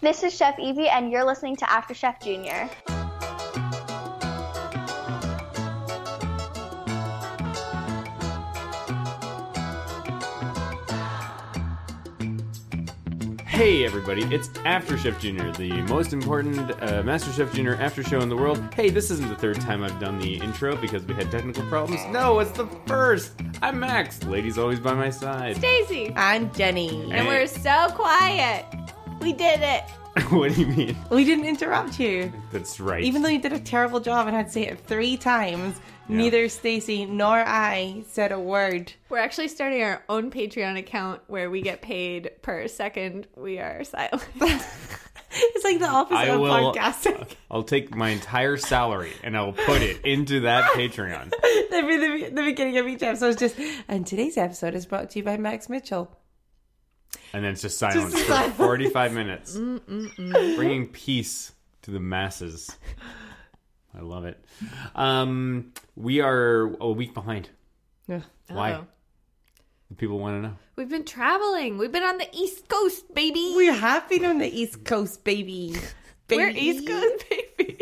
This is Chef Evie, and you're listening to After Chef Junior. Hey everybody, it's After Chef Junior, the most important uh, Master Chef Junior after show in the world. Hey, this isn't the third time I've done the intro because we had technical problems. No, it's the first. I'm Max. Ladies always by my side. Daisy. I'm Jenny. And we're so quiet. We did it. what do you mean? We didn't interrupt you. That's right. Even though you did a terrible job and had to say it three times, Yeah. neither Stacy nor I said a word. We're actually starting our own Patreon account where we get paid per second we are silent. It's like the opposite I of will- podcasting. I'll take my entire salary and I'll put it into that Patreon. Every- the, the beginning of each episode is just, and today's episode is brought to you by Max Mitchell. And then it's just silence Just for silence. Mm, 45 minutes. Bringing peace to the masses. I love it. Um, we are a week behind. Ugh. Why? Oh. The people want to know. We've been traveling. We've been on the East Coast, baby. We have been on the East Coast, baby. are Baby. East Coast babies.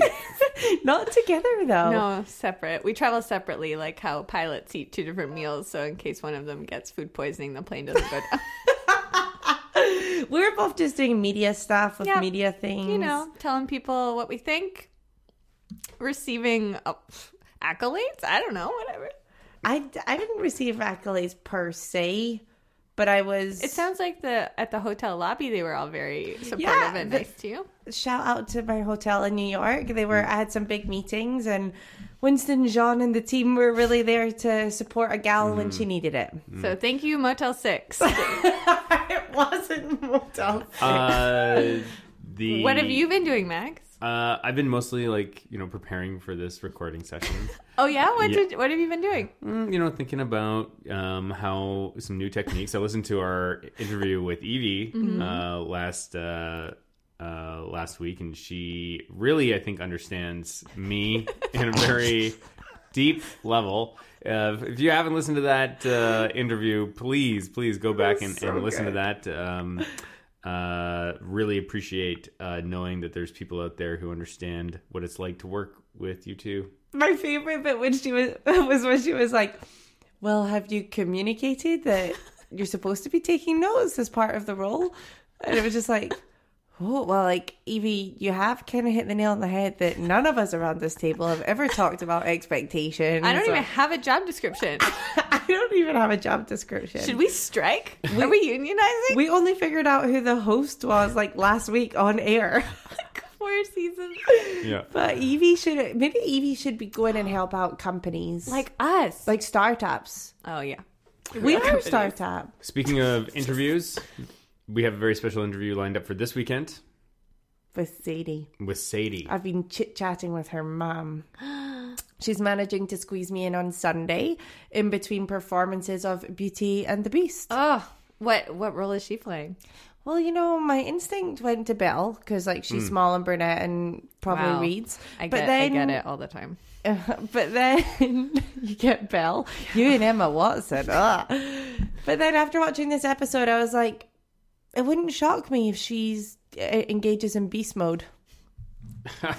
Not together, though. no, separate. We travel separately, like how pilots eat two different meals. So in case one of them gets food poisoning, the plane doesn't go down. We're both just doing media stuff with Yep. media things. you know, telling people what we think, receiving uh, accolades. I don't know, whatever. I, I didn't receive accolades per se, but I was. It sounds like the at the hotel lobby they were all very supportive Yeah, and the- nice to you. shout out to my hotel in New York. They were I had some big meetings and Winston, Jean and the team were really there to support a gal when she needed it. So thank you, Motel Six. it wasn't motel. Uh, the what have you been doing, Max? Uh, I've been mostly like you know preparing for this recording session. Oh yeah, what Yeah. Did, what have you been doing? Mm, you know, thinking about um, how some new techniques. I listened to our interview with Evie uh, last uh, uh, last week, and she really, I think, understands me in a very deep level. Uh, if you haven't listened to that uh, interview, please, please go back and, and listen to that. Um, uh, really appreciate uh, knowing that there's people out there who understand what it's like to work with you two. My favorite bit when she was was when she was like, "Well, have you communicated that you're supposed to be taking notes as part of the role?" And it was just like, "Oh, well, like Evie, you have kind of hit the nail on the head that none of us around this table have ever talked about expectations. I don't or- even have a job description. I don't even have a job description. Should we strike? Are we unionizing? We only figured out who the host was like last week on air. Four seasons, Yeah. But Evie should maybe Evie should be going and help out companies like us. like startups. oh yeah, We are a startup. Speaking of interviews, we have a very special interview lined up for this weekend With Sadie, with Sadie. I've been chit chatting with her mum. She's managing to squeeze me in on Sunday in between performances of Beauty and the Beast. Oh, what what role is she playing? Well, you know, my instinct went to Belle because, like, she's small and brunette and probably Hmm. Wow. reads. I get I get it all the time. Uh, but then you get Belle, you and Emma Watson. ugh. But then after watching this episode, I was like, it wouldn't shock me if she's uh, engages in beast mode.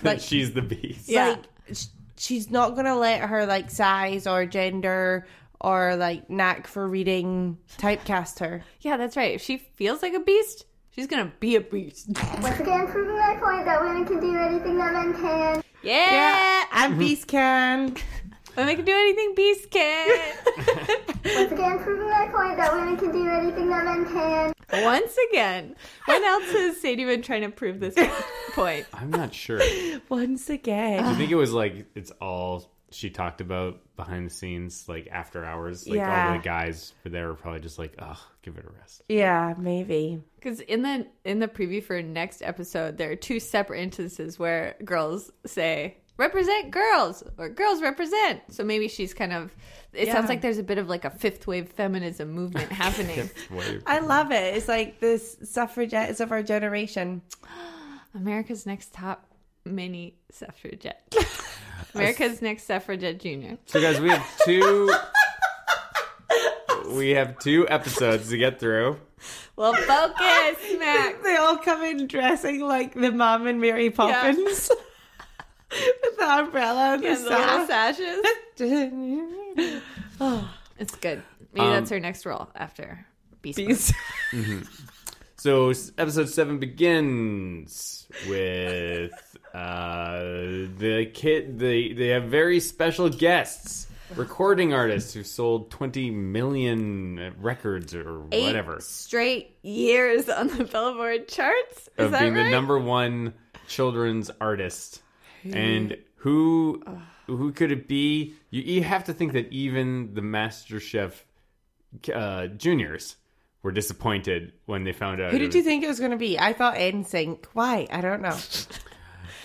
like- She's the beast. Yeah. Like sh- she's not gonna let her like size or gender or like knack for reading typecast her. Yeah, that's right. If she feels like a beast, she's gonna be a beast. Once again, proving my point that women can do anything that men can. Yeah, and beast can. women can do anything beast can. Once again, proving my point that women can do anything that men can. Once again, when else has Sadie been trying to prove this point? I'm not sure. I Once again, think it was like it's all she talked about behind the scenes, like after hours. Like all Yeah. the guys were there were probably just like, ugh, give it a rest. yeah, maybe. Because in the in the preview for next episode, there are two separate instances where girls say "represent girls" or "girls represent." So maybe she's kind of. It sounds Yeah. like there's a bit of like a fifth wave feminism movement happening. Whatever. I love it. It's like this suffragettes of our generation. America's next top mini suffragette. America's next suffragette junior. So guys, we have two we have two episodes to get through. Well, focus, Max. They all come in dressing like the mom and Mary Poppins with the umbrella and the And the little sash. sashes. Oh, It's good. Maybe Um, that's her next role after Beast. Mode. geez. So s- episode seven begins with uh, the kid. They they have very special guests, recording artists who sold twenty million records or Eight whatever straight years on the Billboard charts. Is of that being right? the number one children's artist. And who who could it be? You, you have to think that even the Master Chef uh, juniors were disappointed when they found out. Who it did was- you think it was going to be? I thought NSYNC. Why? I don't know.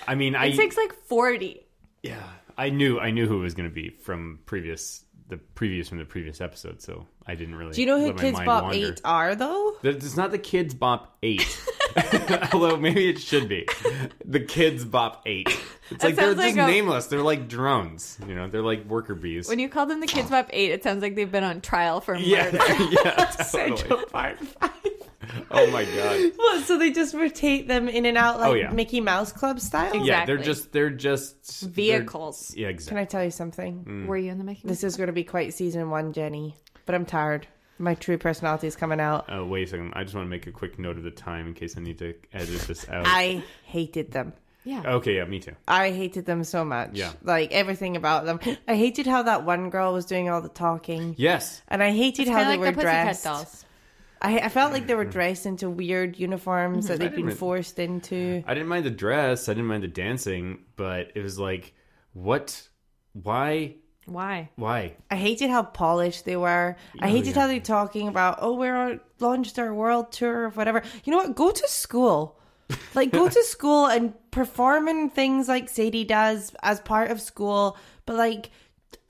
I mean, I It takes like forty. Yeah, I knew I knew who it was going to be from previous the previous from the previous episode, so I didn't really. Do you know who let my Kids mind Bop wander. 8 are, though? That- It's not the Kids Bop Eight, although maybe it should be the Kids Bop Eight. It's like they're sounds like just a- nameless. They're like drones, you know. They're like worker bees. When you call them the Kids Bop Eight, it sounds like they've been on trial for yeah, murder. yeah, totally. Part 5. Oh my god. What, so they just rotate them in and out like Oh, yeah. Mickey Mouse Club style? Yeah, they're Exactly. just they're just they're- Vehicles. yeah, Can exactly. I tell you something? Mm. Were you in the making? This is going to be quite season one, Jenny, but I'm tired. My true personality is coming out. Uh, wait a second. I just want to make a quick note of the time in case I need to edit this out. I hated them. yeah. Okay, yeah, me too. I hated them so much. Yeah. Like everything about them. I hated how that one girl was doing all the talking. Yes. And I hated It's how kinda they like were the Pussycat dressed. Dolls. I, I felt like they were dressed into weird uniforms Mm-hmm. that they've been didn't- forced into. I didn't mind the dress, I didn't mind the dancing, but it was like, what? Why? Why? Why? I hated how polished they were. I hated Oh, yeah. how they were talking about, oh, we're on launched our world tour or whatever. You know what? Go to school. Like go to school and performing things like Sadie does as part of school. But like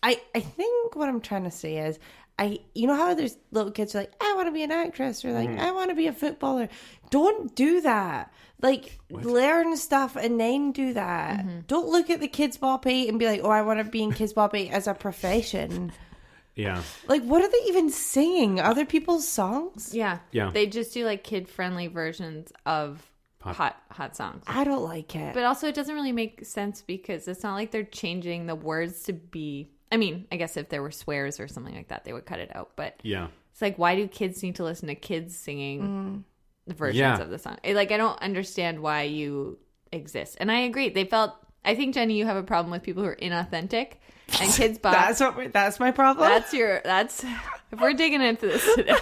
I I think what I'm trying to say is I you know how there's little kids who are like, I wanna be an actress or like I wanna be a footballer. Don't do that. Like learn stuff and then do that. Don't look at the kids bop eight and be like, Oh, I wanna be in Kids Bop eight as a profession. Yeah. Like, what are they even singing? Other people's songs? Yeah. Yeah. They just do like kid friendly versions of Pop. hot hot songs. I don't like it. But also, it doesn't really make sense because it's not like they're changing the words to be. I mean, I guess if there were swears or something like that, they would cut it out. But Yeah. it's like, why do kids need to listen to kids singing Mm. versions Yeah. of the song? It- Like, I don't understand why you exist. And I agree. They felt. I think Jenny, you have a problem with people who are inauthentic and kids. Bop, that's what. we- That's my problem. that's your. That's if we're digging into this today.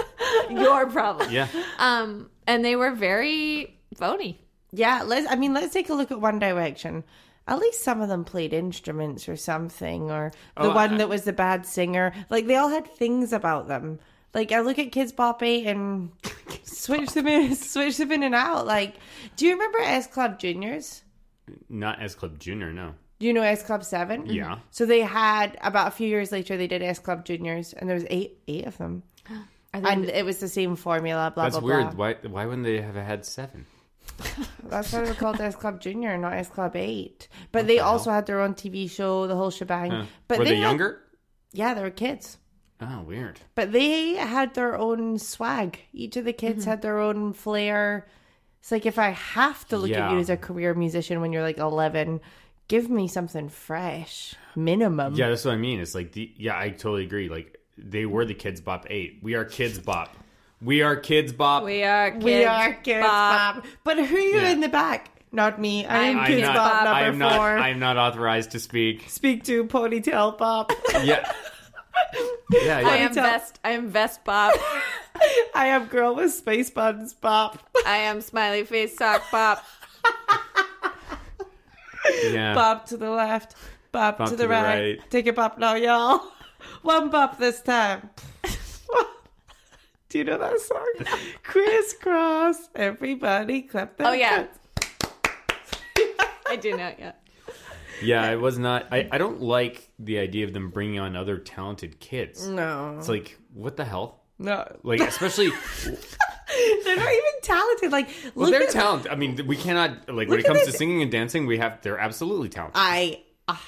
your problem. Yeah. Um. And they were very phony. yeah. Let's. I mean, let's take a look at One Direction. At least some of them played instruments or something, or the Oh, one that was the bad singer. Like they all had things about them. Like I look at Kids Bop 8 and switch them in, switch them in and out. Like, do you remember S Club Juniors? Not as Club Junior, no. Do you know S Club Seven? Mm-hmm. Yeah. So they had about a few years later they did S Club Juniors, and there was eight eight of them. Are they- and it was the same formula. Blah That's blah weird. blah. Why why wouldn't they have had seven? That's why they were called S Club Junior, not S Club Eight. But they also had their own TV show, the whole shebang. But were they, had- Mm-hmm. younger? Yeah, they were kids. Oh, weird. But they had their own swag. Each of the kids had their own flair. It's like if I have to look at Yeah. you as a career musician when you're like eleven, give me something fresh, minimum. Yeah, that's what I mean. It's like the yeah, I totally agree. Like they were the Kids Bop eight. We are Kids Bop. We are Kids Bop. We are. Kids We are kids, Bop. Bob. But who you Yeah. in the back? Not me. I am I'm I'm kids, not, Bob I number am not. four. I am not authorized to speak. Speak to ponytail, Bob. Yeah. Yeah. I yeah. am tell- best. I am best Bob. I am girl with space buns, Bob. I am smiley face sock Bob. yeah. Bob to the left, Bob, to, the, right. right. Take a Bob now, y'all. One Bob this time. Do you know that song? Crisscross. Everybody clap their Oh yeah, hands. I do know. Yeah, Yeah, I was not. I, I don't like the idea of them bringing on other talented kids. No. It's like, what the hell? No. Like, especially, They're not even talented. Like, look well, they're at talented. I mean, we cannot, like, when Look it at comes this- Uh, to singing and dancing, we have, they're absolutely talented. I a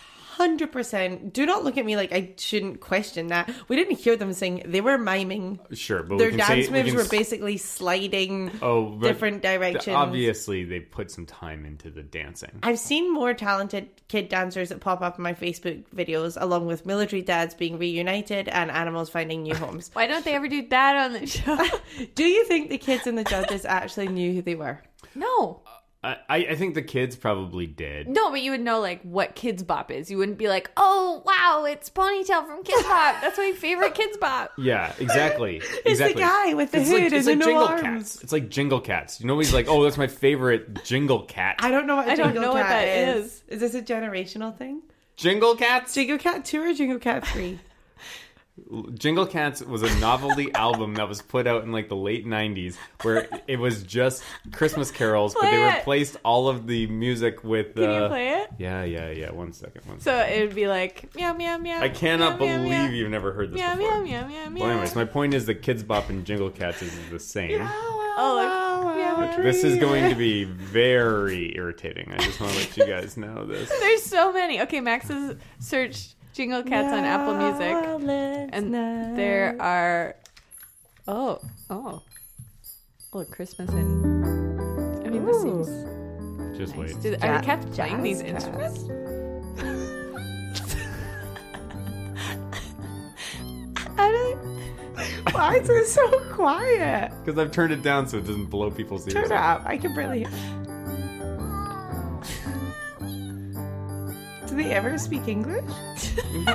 hundred percent. Do not look at me like I shouldn't question that. We didn't hear them sing; they were miming. Sure, but Their we can dance say, we moves can were s- basically sliding oh, but different directions. Obviously, they put some time into the dancing. I've seen more talented kid dancers that pop up in my Facebook videos, along with military dads being reunited and animals finding new homes. Why don't they ever do that on the show? Do you think the kids and the judges actually knew who they were? no. I, I I think the kids probably did. No, but you would know like what Kids Bop is. You wouldn't be like, oh wow, it's Ponytail from Kids Bop. That's my favorite Kids Bop. Yeah, exactly. It's exactly. the guy with the It's hood like, and it's the like no jingle arms. cats. It's like jingle cats. You know, he's like, oh, that's my favorite jingle cat. I don't know what a I don't jingle know what cat that is. is. Is this a generational thing? jingle cats. Jingle Cat Two or Jingle Cat Three? Jingle Cats was a novelty album that was put out in like the late 90s where it was just Christmas carols, but Play they it. replaced all of the music with. Can uh, you play it? Yeah, yeah, yeah. One second. One second. So it would be like meow meow meow. I cannot meow, meow, believe meow. you've never heard this Meow before. meow meow meow meow. Well, anyways, my point is that Kids Bop and Jingle Cats is the same. Oh, look. Meow, meow. This is going to be very irritating. I just want to let you guys know this. There's so many. Okay, Max has searched Jingle Cats on Apple Music, and there are oh oh, oh Christmas and I mean this seems Just wait. Do, are the cats playing these instruments? How do Why is it so quiet? Because I've turned it down so it doesn't blow people's ears. Turn it off. up. I can barely. hear. Do they ever speak English?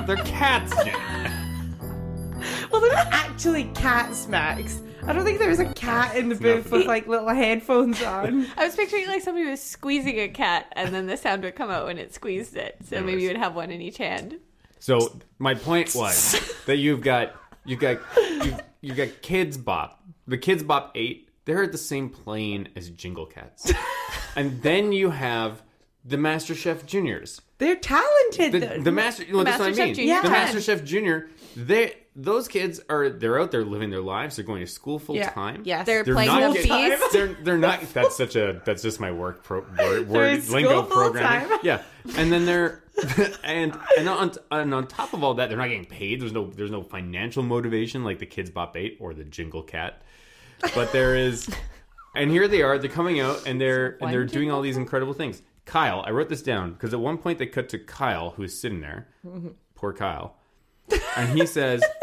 They're cats. Jen. Well, they're not actually cats, Max. I don't think there was a cat in the booth with like little headphones on. they, I was picturing like somebody was squeezing a cat, and then the sound would come out when it squeezed it. So maybe you would have one in each hand. So my point was that you've got you've got you've, you've got Kids Bop. The Kids Bop Eight. They're at the same plane as Jingle Cats, and then you have the Master Chef Juniors. They're talented. The, though. the master, well, that's what I Master Chef mean. Junior The Yeah. Master Chef Junior. They those kids are they're out there living their lives. They're going to school full Yeah. time. Yes. They're, They're playing not the getting- beast. They're they're not. That's such a. That's just my work pro, word, in word school lingo full programming. time. Yeah, and then they're and and on and on top of all that, they're not getting paid. There's no there's no financial motivation like the Kids Bop Eight or the Jingle Cat, but there is. And here they are. They're coming out and they're and they're One doing all these incredible things. Kyle, I wrote this down because at one point they cut to Kyle who's sitting there. Poor Kyle, and he says.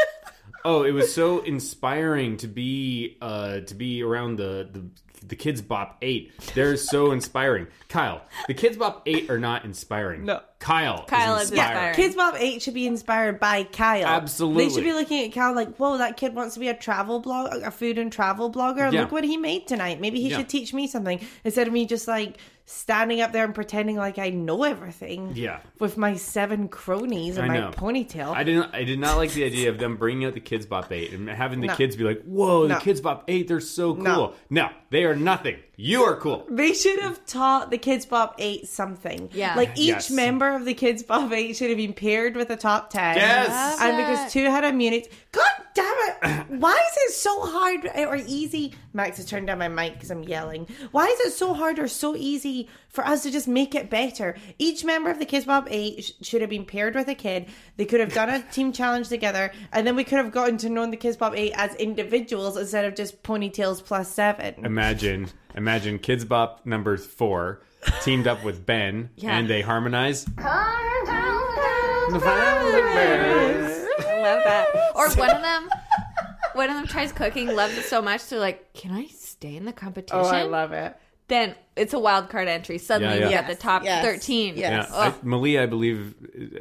Oh, it was so inspiring to be uh, to be around the, the the Kids Bop Eight. They're so inspiring, Kyle. The Kids Bop Eight are not inspiring. No. Kyle. Kyle is is inspiring. inspiring. Kids Bob 8 should be inspired by Kyle. Absolutely. They should be looking at Kyle like, whoa, that kid wants to be a travel blog, a food and travel blogger. Yeah. Look what he made tonight. Maybe he Yeah. should teach me something instead of me just like standing up there and pretending like I know everything. Yeah. With my seven cronies and I my know. ponytail. I didn't. I did not like the idea of them bringing out the Kids Bop Eight and having the No. kids be like, "Whoa, the No. Kids Bop Eight, they're so cool." No. No. they are nothing. You are cool. they should have taught the Kids Bob 8 something. Yeah. Like each Yes. member of the Kids Bob 8 should have been paired with a top 10. Yes. And because two had immunity. God damn it! Why is it so hard or easy? Max has turned down my mic because I'm yelling. Why is it so hard or so easy for us to just make it better? Each member of the Kids Bob 8 sh- should have been paired with a kid. They could have done a team challenge together, and then we could have gotten to know the Kids Bob 8 as individuals instead of just ponytails plus seven. Imagine, imagine Kids Bop number four teamed up with Ben, Yeah. and they harmonized. Come down, down, I love that. Or one of them, one of them tries cooking, loves it so much. They're like, "Can I stay Oh, in the competition?" it. Then it's a wild card entry. Suddenly, Yeah, yeah. we have the top Yes, thirteen. yes. Yeah, I, Malia, I believe,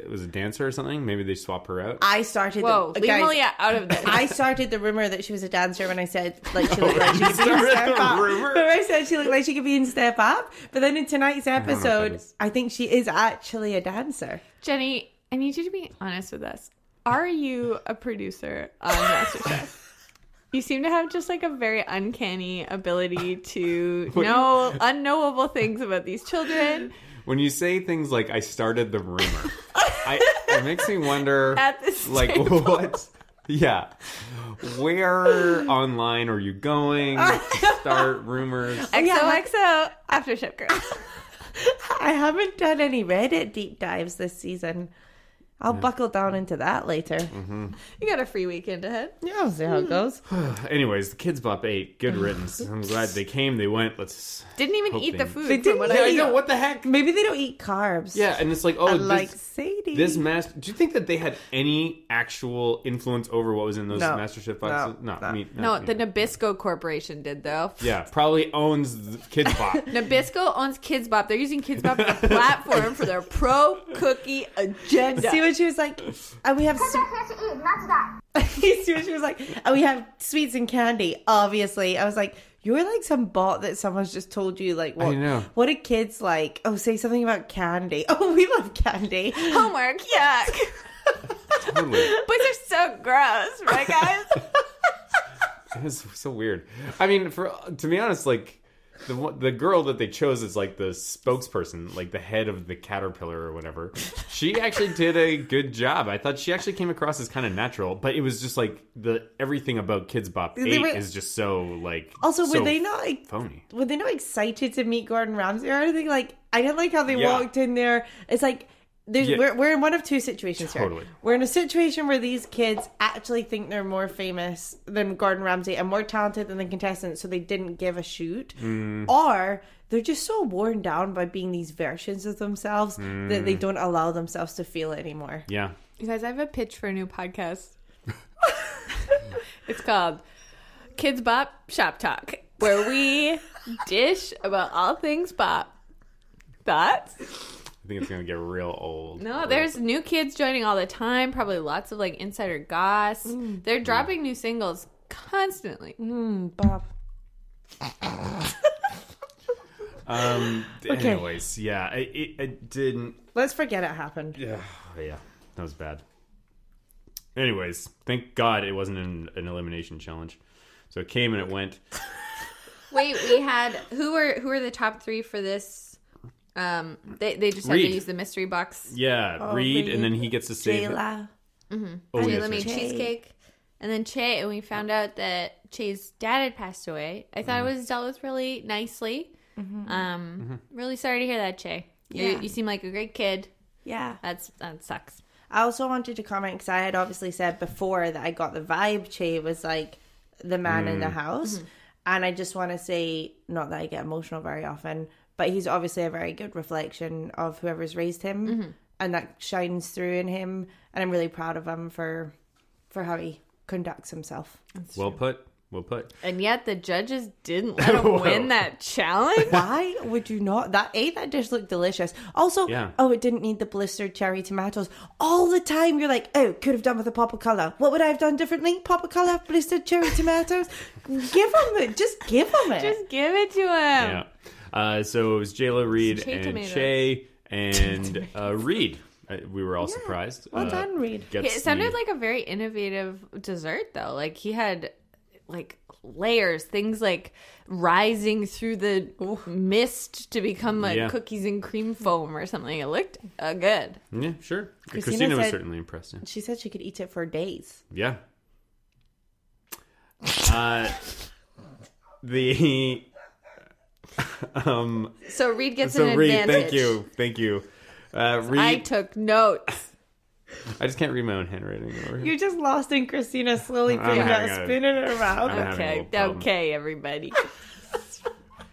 uh, was a dancer or something. Maybe they swap her out. I started. Whoa, the, leave guys, Malia out of this. I started the rumor that she was a dancer when I said like Oh, she looked like she could be in started Step the Up. rumor? Oh, Remember I said she looked like she could be in Step Up, but then in tonight's know if that episode, is- I think she is actually a dancer. Jenny, I need you to be honest with us. Are you a producer on MasterChef? You seem to have just like a very uncanny ability to know unknowable things about these children. When you say things like "I started the rumor," I, it makes me wonder, At this like, table. what? Yeah, where online are you going to start rumors? XOXO after Chef Girl. I haven't done any Reddit deep dives this season. I'll buckle down into that later. Mm. You got a free weekend ahead. Yeah, I'll see how it goes. Anyways, the Kids Bop 8, good riddance. I'm glad they came, they went. Let's. Didn't even Hope eat the they- food. They from didn't what eat- I- I know, what the heck? Maybe they don't eat carbs. Yeah, and it's like, oh, Unlike this, Sadie. this master. Do you think that they had any actual influence over what was in those No. Master Chef boxes? No. Not No. me. No, not me. the Nabisco Corporation did though. yeah, probably owns the Kids Bop. Nabisco owns Kids Bop. They're using Kids Bop as a platform for their pro cookie agenda. See what she was like, and we have. s- That's what you eat, not that. See what she was like, and we have sweets and candy. Obviously, I was like, you're like some bot that someone's just told you like, what? know. What do kids like? Oh, say something about candy. Oh, we love candy. Homework, yuck. totally. Boys are so gross, right, guys? It was so weird. I mean, for to be honest, like the one- the girl that they chose is like the spokesperson, like the head of the caterpillar or whatever. She actually did a good job. I thought she actually came across as kind of natural, but it was just like the everything about Kids Bop They Eight were- is just so like. Also, so were they not like phony? were they not excited to meet Gordon Ramsay or anything? Like, I didn't like how they Yeah. walked in there. It's like there's, Yeah. we're, we're in one of two situations Totally. here. We're in a situation where these kids actually think they're more famous than Gordon Ramsay and more talented than the contestants, so they didn't give a shoot. Mm. Or they're just so worn down by being these versions of themselves that Mm. they don't allow themselves to feel it anymore. Yeah. You guys, I have a pitch for a new podcast. it's called Kids Bop Shop Talk, where we dish about all things bop. Thoughts? I think it's gonna get real old. No, there's new kids joining all the time. Probably lots of like insider goss. They're dropping new singles constantly. Bob. Um. Anyways, yeah, I- it, it didn't. Let's forget it happened. Yeah, yeah, that was bad. Anyways, thank God it wasn't an, an elimination challenge. So it came and it went. Wait, we had who were who were the top three for this? Um, they they just had Reed. to use the mystery box. Yeah, Reed, and then he gets to save. Jayla. Oh, Honey yes, lemon yes. cheesecake, and then Che, and we found out that Che's dad had passed away. I thought it was dealt with really nicely. Um, really sorry to hear that, Che. You, Yeah. you seem like a great kid. Yeah. That's that sucks. I also wanted to comment because I had obviously said before that I got the vibe Che was like the man in the house. And I just want to say, not that I get emotional very often, but he's obviously a very good reflection of whoever's raised him. And that shines through in him. And I'm really proud of him for for how he conducts himself. Well put. Well put. And yet the judges didn't let him win that challenge. Why would you not? That A, that dish looked delicious. Also, Yeah. oh, it didn't need the blistered cherry tomatoes. All the time you're like, oh, could have done with a pop of colour. What would I have done differently? Pop of colour, blistered cherry tomatoes. give them it. Just give them it. Just give it to him. Yeah. Uh, so it was Jayla, Reed, Che and Oh. tomatoes. Che, and uh, Reed. Uh, we were all surprised. well Uh, done, Reed. gets It sounded the- like a very innovative dessert, though. Like he had like layers, things like rising through the mist to become like Yeah. cookies and cream foam or something. It looked uh, good. yeah, sure. Christina, was said- certainly impressed. Yeah. she said she could eat it for days. Yeah. Uh, the um. So Reed gets So an Reed, advantage. thank you, thank you. Uh, Reed, I I took notes. just can't read my own handwriting. Over here. You're just lost in Christina slowly I'm putting that having a- spoon in her I'm mouth. having a Okay, little problem. okay, everybody.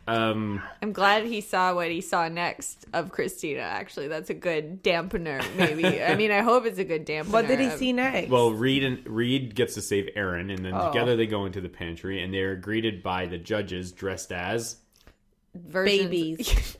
Um, I'm glad he saw what he saw next of Christina. Actually, that's a good dampener. Maybe I mean I hope it's a good dampener. What did he of- see next? well, Reed and Reed gets to save Aaron, and Oh. then together they go into the pantry, and they are greeted by the judges dressed as versions- babies.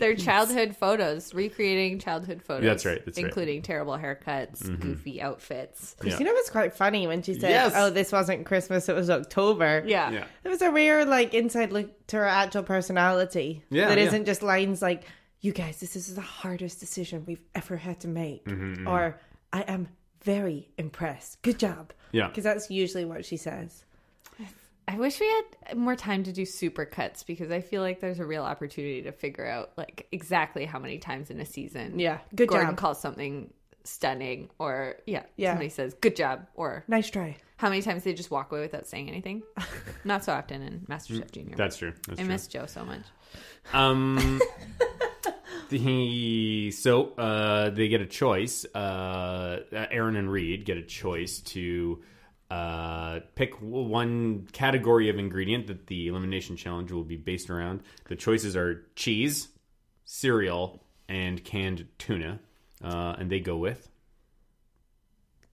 their childhood photos, recreating childhood photos. That's right, that's right. Mm-hmm. including terrible haircuts, goofy outfits. Christina was quite funny when she said, Yes. oh, this wasn't Christmas, it was October. Yeah. yeah, It was a weird, like, inside look to her actual personality. Yeah, That yeah. isn't just lines like, you guys, this is the hardest decision we've ever had to make. Mm-hmm, Or, I am very impressed. Good job. Yeah. Because that's usually what she says. I wish we had more time to do super cuts because I feel like there's a real opportunity to figure out like exactly how many times in a season. Yeah. Good Gordon job. calls something stunning or yeah, Yeah. somebody says good job or Nice try. how many times they just walk away without saying anything. Not so Mm, often in MasterChef Junior. that's true. That's I true. miss Joe so much. Um, The, so uh, they get a choice. Uh, Aaron and Reed get a choice to uh, pick w- one category of ingredient that the elimination challenge will be based around. The choices are cheese, cereal, and canned tuna, uh, and they go with.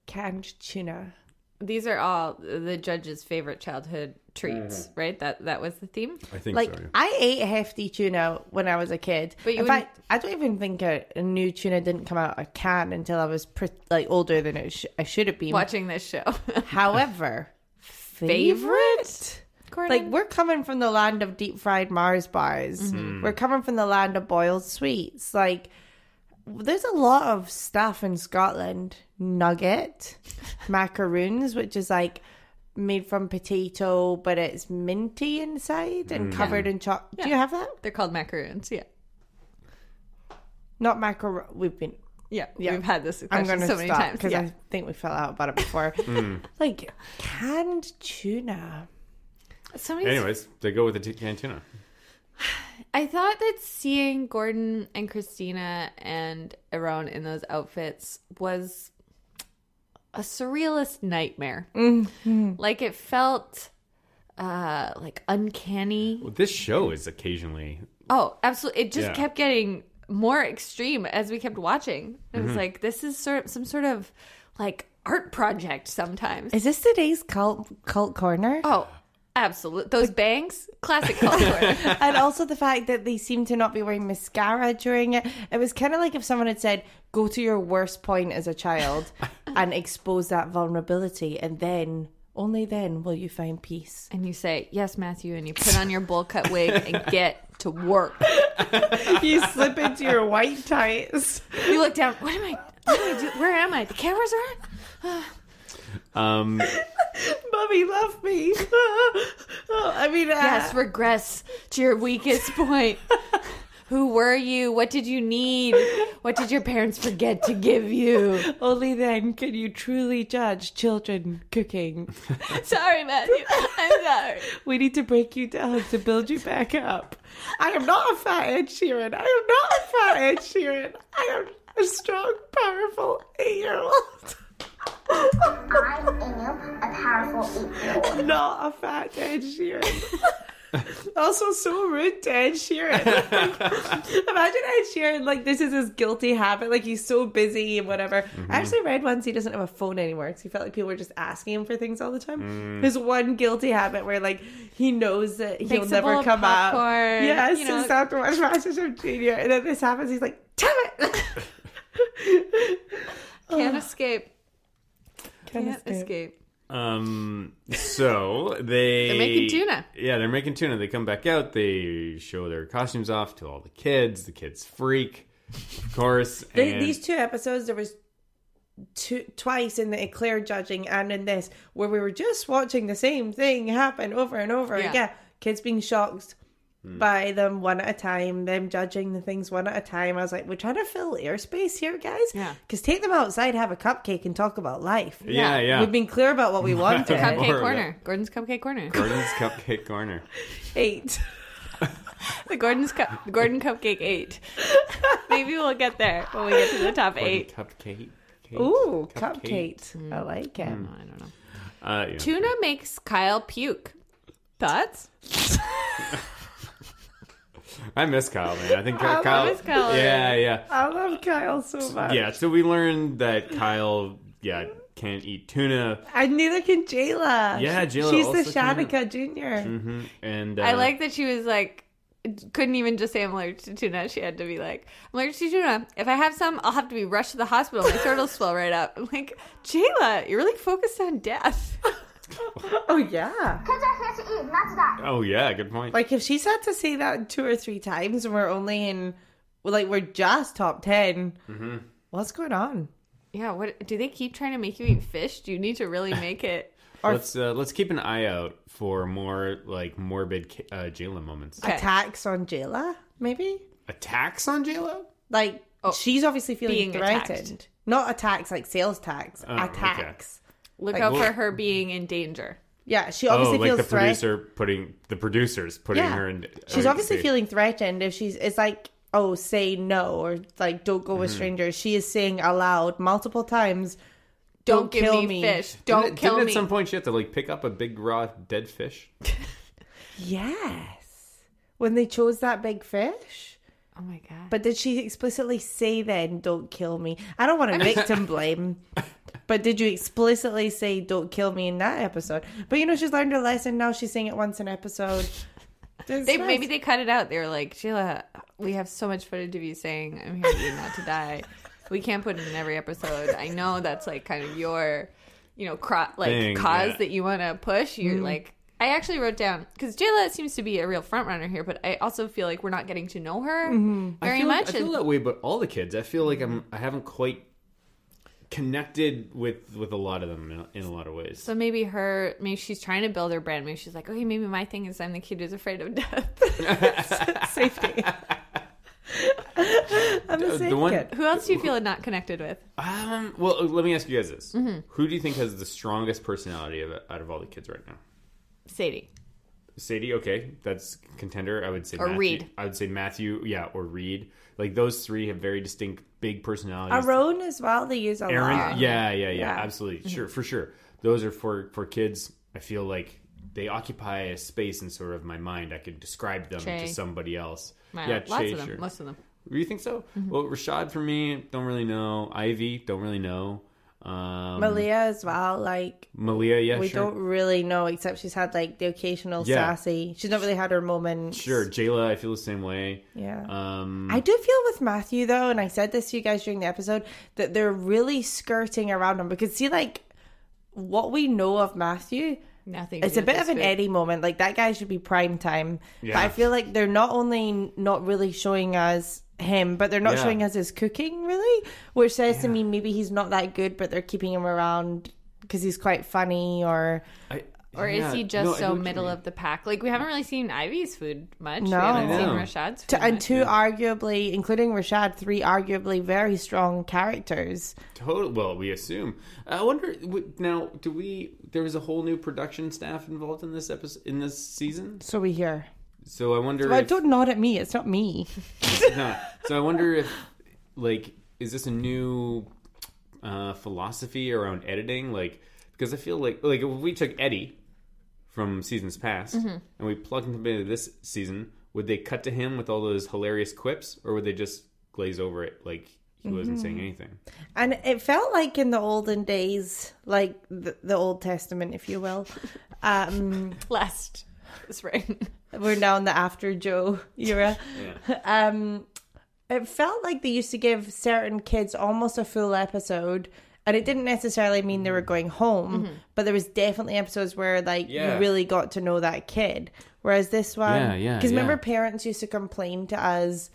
Canned tuna. These are all the judges' favorite childhood treats, Mm-hmm. right? That that was the theme. I think Like so. I ate hefty tuna when I was a kid. But you in fact, I don't even think a, a new tuna didn't come out of a can until I was pretty, like older than it sh- I should have been. Watching this show, However, favorite. Like we're coming from the land of deep fried Mars bars. Mm-hmm. We're coming from the land of boiled sweets. Like there's a lot of stuff in Scotland. Nugget, macaroons, which is like made from potato, but it's minty inside and covered in chocolate. Do you have that? they're called macaroons. Yeah, Not macaroon. We've been. yeah, We've had this I'm question going to so many stop times. because Yeah. I think we fell out about it before. Like canned tuna. Somebody's- Anyways, they go with the t- canned tuna. I thought that seeing Gordon and Christina and Aaron in those outfits was a surrealist nightmare. Mm-hmm. Like it felt uh like uncanny. Well, this show is occasionally Oh, absolutely. It just Yeah. kept getting more extreme as we kept watching. It was like this is sort of some sort of like art project sometimes. Is this today's cult cult corner? oh, absolutely. Those bangs, classic color. and also the fact that they seem to not be wearing mascara during it. It was kind of like if someone had said, "Go to your worst point as a child and expose that vulnerability, and then only then will you find peace." and you say, "Yes, Matthew," and you put on your bowl cut wig and get to work. you slip into your white tights. You look down. What am I? What am I do? Where am I? The cameras are on. um, Mummy love me. oh, I mean, Yes, regress to your weakest point. Who were you? What did you need? What did your parents forget to give you? uh, only then can you truly judge children cooking. Sorry, Matthew. I'm sorry. We need to break you down to build you back up. I am not a fat Ed Sheeran. I am not a fat Ed Sheeran. I am a strong, powerful eight-year-old. I am a powerful eater. Not a fat Ed Sheeran. also, so rude to Ed Sheeran. Imagine Ed Sheeran, like, this is his guilty habit. Like, he's so busy and whatever. I actually read once he doesn't have a phone anymore because he felt like people were just asking him for things all the time. His one guilty habit where, like, he knows that he'll Makes a bowl never of come out. popcorn, Yes, you know. he's after much Masters of Junior. And then this happens, he's like, damn it! Can't escape. Can't Can't escape. Um. So they They're making tuna. Yeah, they're making tuna. They come back out. They show their costumes off to all the kids. The kids freak, of course. Th- and- these two episodes, there was two, twice in the Eclair judging and in this, where we were just watching the same thing happen over and over Yeah. again. Kids being shocked Hmm. by them one at a time, them judging the things one at a time. I was like, we're trying to fill airspace here, guys. Yeah. Because take them outside, have a cupcake, and talk about life. yeah, yeah, yeah. We've been clear about what we wanted. Cupcake More of corner. Gordon's cupcake corner. Gordon's Cupcake Corner. Eight. The Gordon's cup. Gordon cupcake eight. Maybe we'll get there when we get to the top eight. Cupcake. Ooh, cupcake. I like it. Hmm. I don't know. Uh, yeah. Tuna makes Kyle puke. Thoughts? I miss Kyle, man. I think Kyle. miss Kyle. Yeah, yeah. I love Kyle so much. Yeah, so we learned that Kyle, yeah, can't eat tuna. And neither can Jayla. Yeah, Jayla She's also the Shanika Junior. hmm And uh, I like that she was like, couldn't even just say I'm allergic to tuna. She had to be like, I'm allergic to tuna. If I have some, I'll have to be rushed to the hospital. My throat will swell right up. I'm like, Jayla, you're really focused on death. Oh yeah. Kids are here to eat, not to die. Oh yeah, good point. Like if she's had to say that two or three times, and we're only in, well, like we're just top 10 Mm-hmm. What's going on? yeah, what do they keep trying to make you eat fish? Do you need to really make it? let's uh, let's keep an eye out for more like morbid ca- uh, Jayla moments. Okay. Attacks on Jayla, maybe. Attacks on Jayla? Like she's obviously feeling Oh, being attacked. threatened. Not attacks like sales tax. Oh, attacks. Look out for her being in danger. Yeah, she Oh, obviously like the feels threatened. producer putting the producers putting Yeah. her in. She's oh, obviously see. feeling threatened if she's it's like oh, say no or like don't go Mm-hmm. with strangers. She is saying aloud multiple times, Don't, give kill me, me. fish. Don't didn't, kill didn't me. at some point she had to like pick up a big raw dead fish? yes. When they chose that big fish. oh my god. But did she explicitly say then, don't kill me? I don't want to victim blame. But did you explicitly say, don't kill me in that episode? But you know, she's learned her lesson. Now she's saying it once an episode. It's they nice. maybe they cut it out. They were like, Sheila, we have so much footage of you saying, "I'm here to eat, not to die." We can't put it in every episode. I know that's like kind of your, you know, cro- like Thing, cause yeah. that you want to push. You're like, I actually wrote down because Jayla seems to be a real front runner here, but I also feel like we're not getting to know her very I feel, much. I feel and- that way, but all the kids. I feel like I'm. I haven't quite connected with with a lot of them in, in a lot of ways. so maybe her, maybe she's trying to build her brand. Maybe she's like, okay, maybe my thing is I'm the kid who's afraid of death. safety. I'm Uh, a the safe one- kid. Who else do you feel not connected with? Um. Well, let me ask you guys this: Who do you think has the strongest personality of, out of all the kids right now? Sadie. Sadie, okay, that's contender. I would say Or Matthew. Reed. I would say Matthew, yeah, or Reed. Like those three have very distinct, big personalities. Aaron as well. They use a Aaron, lot. yeah, yeah, yeah, Yeah. absolutely, Mm-hmm. sure, for sure. Those are for for kids. I feel like they occupy a space in sort of my mind. I could describe them to Che. somebody else. Wow, yeah, lots Che, of them. sure. Most Mm-hmm. of them. You think so? Well, Rashad for me, don't really know. Ivy, don't really know. Um, Malia as well. Like Malia, yeah, we sure. don't really know, except she's had like the occasional Yeah. sassy. She's not really had her moment. Sure, Jayla, I feel the same way. Yeah. Um, I do feel with Matthew though, and I said this to you guys during the episode that they're really skirting around him because see, like what we know of Matthew, Nothing. it's a bit of an Eddie moment. Like that guy should be prime time. Yeah. But I feel like they're not only not really showing us him, but they're not Yeah. showing us his cooking really, which says to me maybe he's not that good, but they're keeping him around because he's quite funny or I- Or yeah, is he just no, I know so what you middle mean. of the pack? Like we haven't really seen Ivy's food much. No. we haven't I seen know. Rashad's food. to, and much. two arguably, including Rashad, three arguably very strong characters. Total. Well, we assume. I wonder w- now. Do we? There was a whole new production staff involved in this episode in this season. So we hear. So I wonder. But if, don't nod at me. It's not me. no. So I wonder if, like, is this a new uh, philosophy around editing? Like, because I feel like, like, if we took Eddie from seasons past Mm-hmm. and we plugged him into this season, would they cut to him with all those hilarious quips, or would they just glaze over it like he Mm-hmm. wasn't saying anything? And it felt like in the olden days, like the, the Old Testament, if you will, um, last spring. we're now in the after Joe era. Um, it felt like they used to give certain kids almost a full episode. And it didn't necessarily mean they were Mm-hmm. going home, but there was definitely episodes where like Yeah. you really got to know that kid. Whereas this one, Yeah, yeah, because remember yeah. parents used to complain to us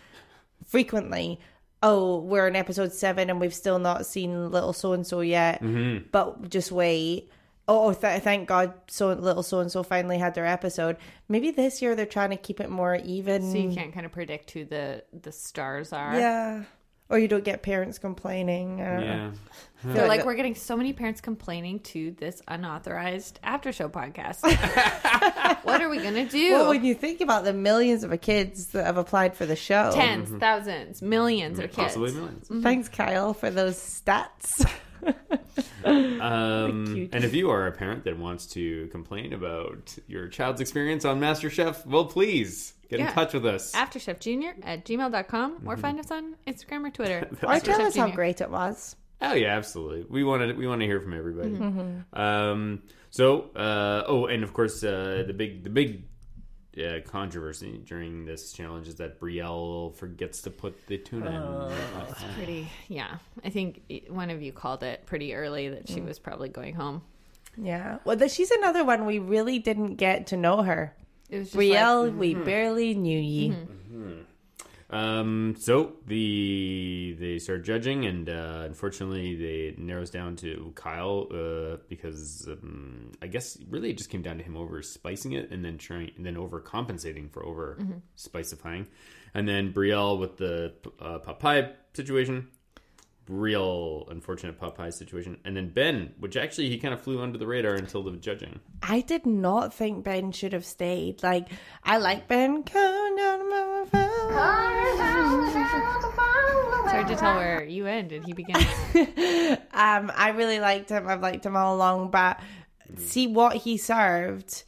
frequently. Oh, we're in episode seven and we've still not seen little so and so yet. Mm-hmm. But just wait. Oh, th- thank God, so little so and so finally had their episode. Maybe this year they're trying to keep it more even. So you can't kind of predict who the the stars are. Mm. Yeah. Or you don't get parents complaining. I Uh-uh. don't know. Yeah. I So feel like like we're getting so many parents complaining to this unauthorized after show podcast. what are we gonna do? well, when you think about the millions of kids that have applied for the show, Mm-hmm. Tens, thousands, millions of kids. Mm-hmm. Mm-hmm. Possibly millions. Thanks, Kyle, for those stats. Um, and if you are a parent that wants to complain about your child's experience on MasterChef, well, please get Yeah. in touch with us. AfterChefJunior at gmail.com or Mm-hmm. find us on Instagram or Twitter. or tell Chef us how Junior. great it was. Oh yeah, absolutely. We want to we want to hear from everybody. Um, so uh, oh, and of course uh, the big the big uh, controversy during this challenge is that Brielle forgets to put the tuna in. pretty yeah i think e- one of you called it pretty early that Mm. she was probably going home Yeah. Well, th- she's another one we really didn't get to know her. it was just mm-hmm. Brielle, we barely knew ye. Um, so the they start judging, and uh, unfortunately, they it narrows down to Kyle uh, because um, I guess really it just came down to him over spicing it and then trying and then overcompensating for over spicifying, and then Brielle with the uh, Popeye situation. Real unfortunate Popeye situation, and then Ben, which actually he kind of flew under the radar until the judging. I did not think Ben should have stayed. Like, I like Ben. Come down to my phone. Alright, to tell where you end and he begins. um, I really liked him. I've liked him all along, but see what he served.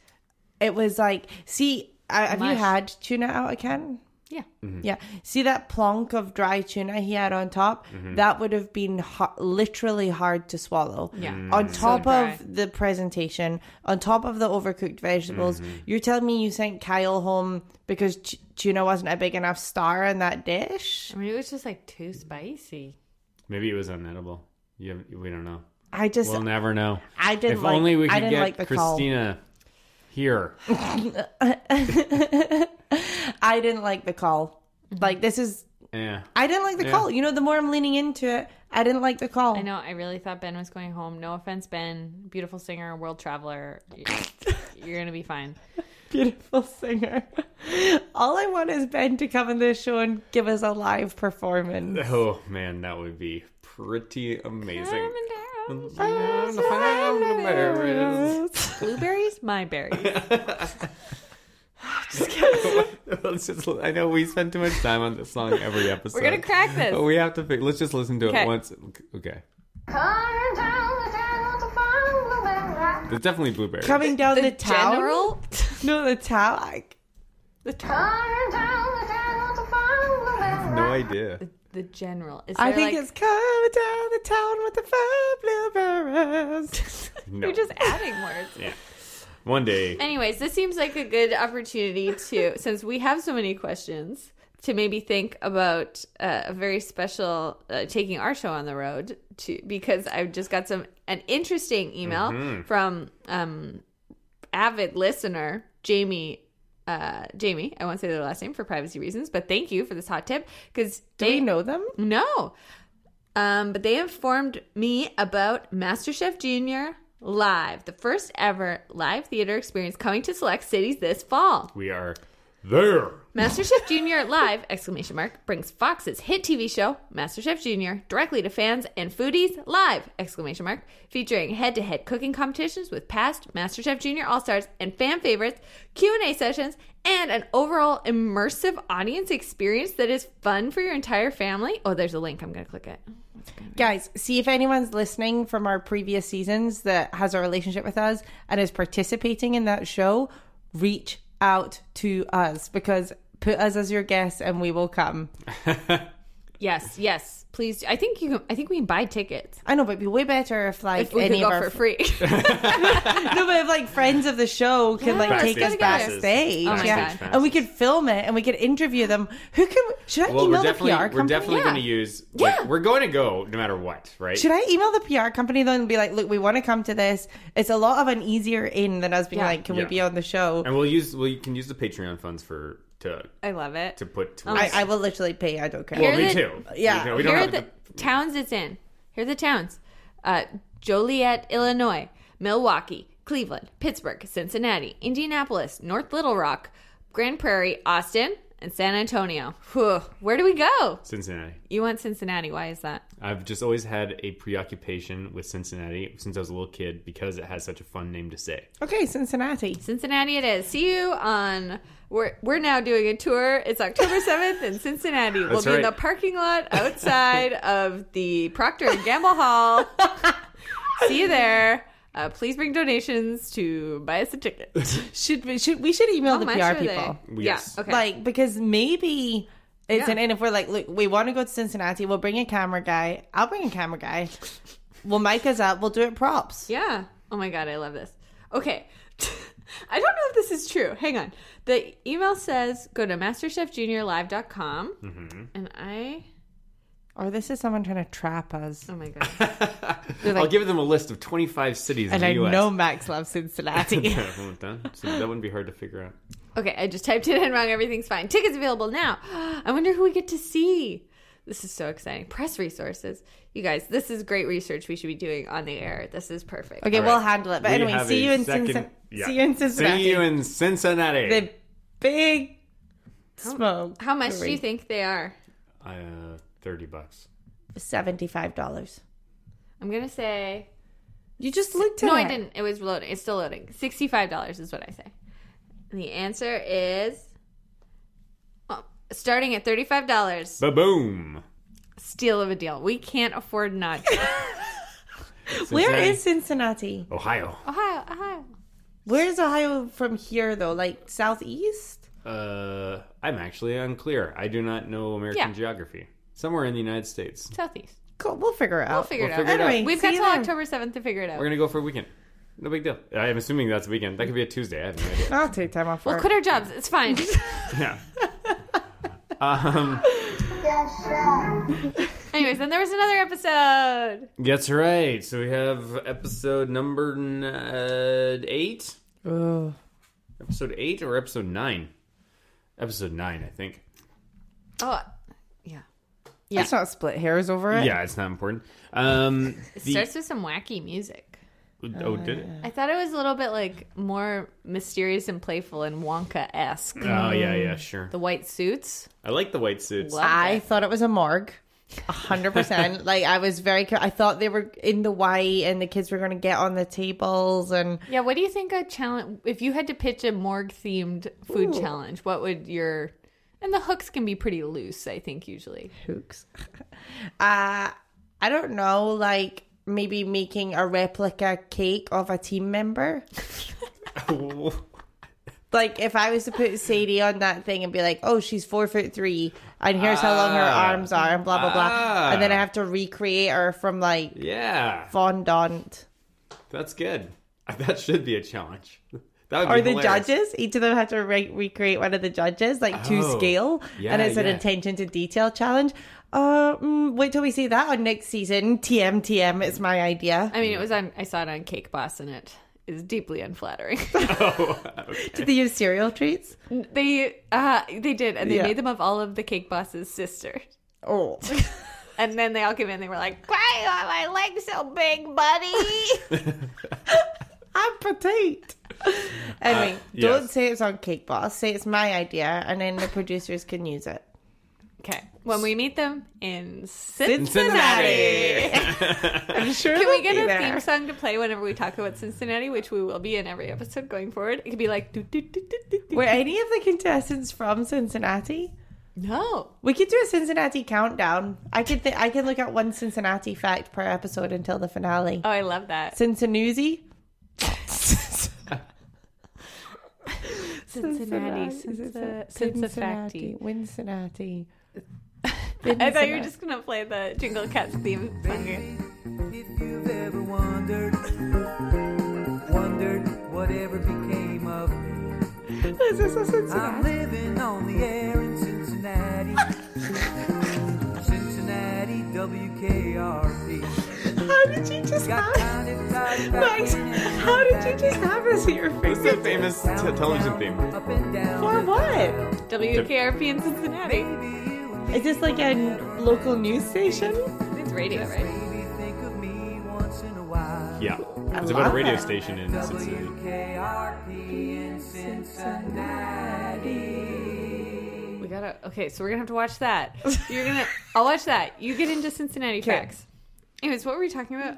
It was like, see, uh, have you Mush. had tuna out of can? Yeah. Mm. Yeah. See that plonk of dry tuna he had on top? Mm-hmm. That would have been ha- literally hard to swallow. Yeah. Mm. On top dry. of the presentation, on top of the overcooked vegetables, Mm-hmm. you're telling me you sent Kyle home because t- tuna wasn't a big enough star in that dish? I mean, it was just like too spicy. Maybe it was unedible. You have, we don't know. I just, We'll never know. I didn't if like, only we I could didn't get like the call. Christina here. I didn't like the call. Mm-hmm. Like this is yeah. I didn't like the Yeah. call. You know, the more I'm leaning into it, I didn't like the call. I know. I really thought Ben was going home. No offense, Ben. Beautiful singer, world traveler. You're gonna be fine. Beautiful singer. All I want is Ben to come in this show and give us a live performance. Oh man, that would be pretty amazing. Coming down. Let's Blueberries, my berries. just, I know we spend too much time on this song every episode. We're gonna crack But this. we have to. Pick, let's just listen to Okay. it once. Okay, Coming down the channel to find the man right. it's definitely blueberry. Coming down the, town. General, No, the town. like, the tar- Coming down the channel to find the man right. No idea. the general. Is I there, think like- it's coming down the town with the five blueberries. No. you're just adding words. One day. Anyways, this seems like a good opportunity to, since we have so many questions, to maybe think about uh, a very special uh, taking our show on the road to because I just got some an interesting email from um, avid listener Jamie. Uh, Jamie, I won't say their last name for privacy reasons, but thank you for this hot tip because Do we know them? no. Um, but they informed me about MasterChef Junior Live, the first ever live theater experience coming to select cities this fall. We are there. MasterChef Junior Live exclamation mark brings Fox's hit TV show MasterChef Junior directly to fans and foodies live exclamation mark featuring head-to-head cooking competitions with past MasterChef Junior All-Stars and fan favorites, Q&A sessions, and an overall immersive audience experience that is fun for your entire family. Oh, there's a link. I'm going to click it. Guys, see if anyone's listening from our previous seasons that has a relationship with us and is participating in that show, reach out to us because put us as your guest and we will come. Yes, yes. Please. I think you can, I think we can buy tickets. I know, but it'd be way better if like If we could any go of our for free. no, but if like friends of the show could like Yeah. take us Backstage passes. backstage, Oh my yeah, God. and we could film it and we could interview them. Who can? Should I Well, we're email the PR definitely company? we're definitely going to use. Like, Yeah. We're going to go no matter what, right? Should I email the PR company though and be like, look, we want to come to this? It's a lot of an easier in than us being Yeah. like, can Yeah. we be on the show? And we'll use. Well, you can use the Patreon funds for to I love it. to put. To Um, I, I will literally pay. I don't care. Here well, me the- too. Yeah. You know, we don't Here are have the to- towns it's in. Here are the towns: uh, Joliet, Illinois; Milwaukee, Cleveland, Pittsburgh, Cincinnati, Indianapolis, North Little Rock, Grand Prairie, Austin, and San Antonio. Whew. Where do we go? Cincinnati. You want Cincinnati? Why is that? I've just always had a preoccupation with Cincinnati since I was a little kid because it has such a fun name to say. Okay, Cincinnati. Cincinnati, it is. See you on. We're, we're now doing a tour. It's October seventh in Cincinnati. we'll That's be in the right. parking lot outside of the Procter and Gamble Hall. See you there. Uh, please bring donations to buy us a ticket. Should we should we should email How the much PR are they? people? Yes. Yeah. Okay. Like because maybe it's Yeah. an and if we're like, look, we want to go to Cincinnati, we'll bring a camera guy. I'll bring a camera guy. We'll mic us up. We'll do it props. yeah. Oh my god, I love this. Okay. I don't know if this is true. Hang on. The email says go to masterchefjuniorlive.com Mm-hmm. and I Or this is someone trying to trap us. oh my god. I'll give them a list of 25 cities And in I the U.S. know Max loves Cincinnati. Yeah, I won't done. So that wouldn't be hard to figure out. Okay, I just typed it in wrong. Everything's fine. Tickets available now. I wonder who we get to see. This is so exciting. Press resources. You guys, this is great research we should be doing on the air. This is perfect. okay, All we'll right. handle it. But We anyway, have see a you in second- Cincinnati. yeah. See you in Cincinnati. See you in Cincinnati. the big smoke. How much do you think they are? uh, 30 bucks. Seventy five dollars. I'm going to say. You just looked at No, it. I didn't. It was loading. It's still loading. $65 is what I say. And the answer is. oh, starting at $35. Ba boom. steal of a deal. We can't afford not to. Where Cincinnati, is Cincinnati? Ohio? Ohio, Ohio. Where is Ohio from here though? Like southeast? Uh, I'm actually unclear. I do not know American Yeah. geography. Somewhere in the United States. Southeast. Cool. We'll figure it out. We'll figure We'll it out. figure it out. Anyway, We've see got you till then. October 7th to figure it out. We're gonna go for a weekend. No big deal. I'm assuming that's a weekend. That could be a Tuesday. I have no idea. I'll take time off We'll work. quit our jobs. It's fine. yeah. Um. Yes, sir. Anyways, then there was another episode. That's right. So we have episode number n- uh, eight. Oh. Episode eight or episode nine? Episode nine, I think. Oh, yeah. Let's not split hairs over it. Yeah, it's not important. Um, It the- starts with some wacky music. oh, did it? I thought it was a little bit like more mysterious and playful and Wonka esque. Oh, yeah, yeah, sure. uh, The white suits. I like the white suits. Loved I it. thought it was a morgue. a hundred percent. Like I was very. cur- I thought they were in the white, and the kids were going to get on the tables, and Yeah, what do you think a challenge if you had to pitch a morgue themed food Ooh. challenge, what would your and the hooks can be pretty loose, I think usually. hooks. uh, I don't know. Like maybe making a replica cake of a team member. Like if I was to put Sadie on that thing and be like, "Oh, she's four foot three, and here's how long her Ah. arms are," and blah blah blah, Ah. and then I have to recreate her from like yeah, fondant. that's good. That should be a challenge. That would Or be the hilarious. judges, each of them had to re- recreate one of the judges, like to Oh. scale, Yeah, and it's an yeah. attention to detail challenge. Uh, mm, wait till we see that on next season. TM, TM, it's my idea. I mean it was on I saw it on Cake Boss and it is deeply unflattering. Oh, Did they use cereal treats? they uh they did and they Yeah. made them of all of the Cake Boss's sisters. Oh, And then they all came in they were like, Why are my legs so big, buddy? I'm petite. Anyway, don't Ah, yes. say it's on Cake Boss. Say it's my idea, and then the producers can use it. okay. When we meet them in Cincinnati. Cincinnati. I'm sure. Can we get a there. theme song to play whenever we talk about Cincinnati, which we will be in every episode going forward? It could be like, do, do, do, do, do, do. Were any of the contestants from Cincinnati? no. We could do a Cincinnati countdown. I could th- I can look at one Cincinnati fact per episode until the finale. Oh, I love that. Cincinnuzi. Cincinnati. Cinci- Cincinnati. Cincinnati. I thought you were just going to play the Jingle Cats theme song. If you've ever wondered, wondered whatever became of me, Is this a I'm Cincinnati? living on the air in Cincinnati. Cincinnati, WKRP. How did you just Got have kind of tired back Max, when it How was did you just have this at your What's the fingertips? famous t- back down, television down, theme? Up and down. For what? WKRP in Cincinnati. Maybe you and Is this like a n- local news station? It's radio, right? maybe think of me once in a while. Yeah, it's about love a radio that. station in Cincinnati. WKRP in Cincinnati. We gotta. Okay, so we're gonna have to watch that. You're gonna. I'll watch that. You get into Cincinnati facts. Anyways, what were we talking about?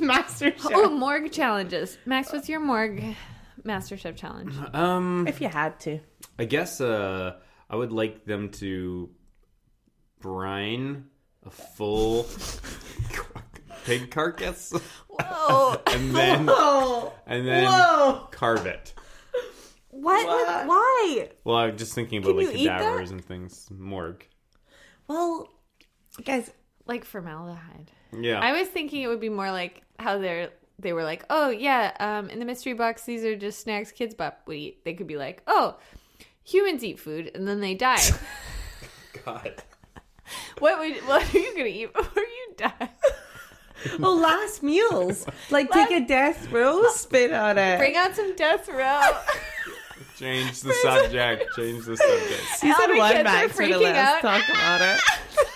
Master Oh, morgue challenges. Max, what's your morgue MasterChef challenge? Um, If you had to. I guess uh, I would like them to brine a full pig carcass Whoa. and then Oh. and then Whoa. carve it. What? What? Why? Well, I'm just thinking about Can like you eat that? cadavers and things. Morgue. Well, guys, Like formaldehyde. Yeah. I was thinking it would be more like how they're they were like, oh yeah, um, in the mystery box, these are just snacks kids bop would eat. They could be like, oh, humans eat food and then they die. God. what would what are you gonna eat before you die? Well, Oh, last meals. Like, take a death row, spit on it. Bring out some death row. Change the subject. Change the subject. you All said the one kids are max for the freaking last. out. Talk about it.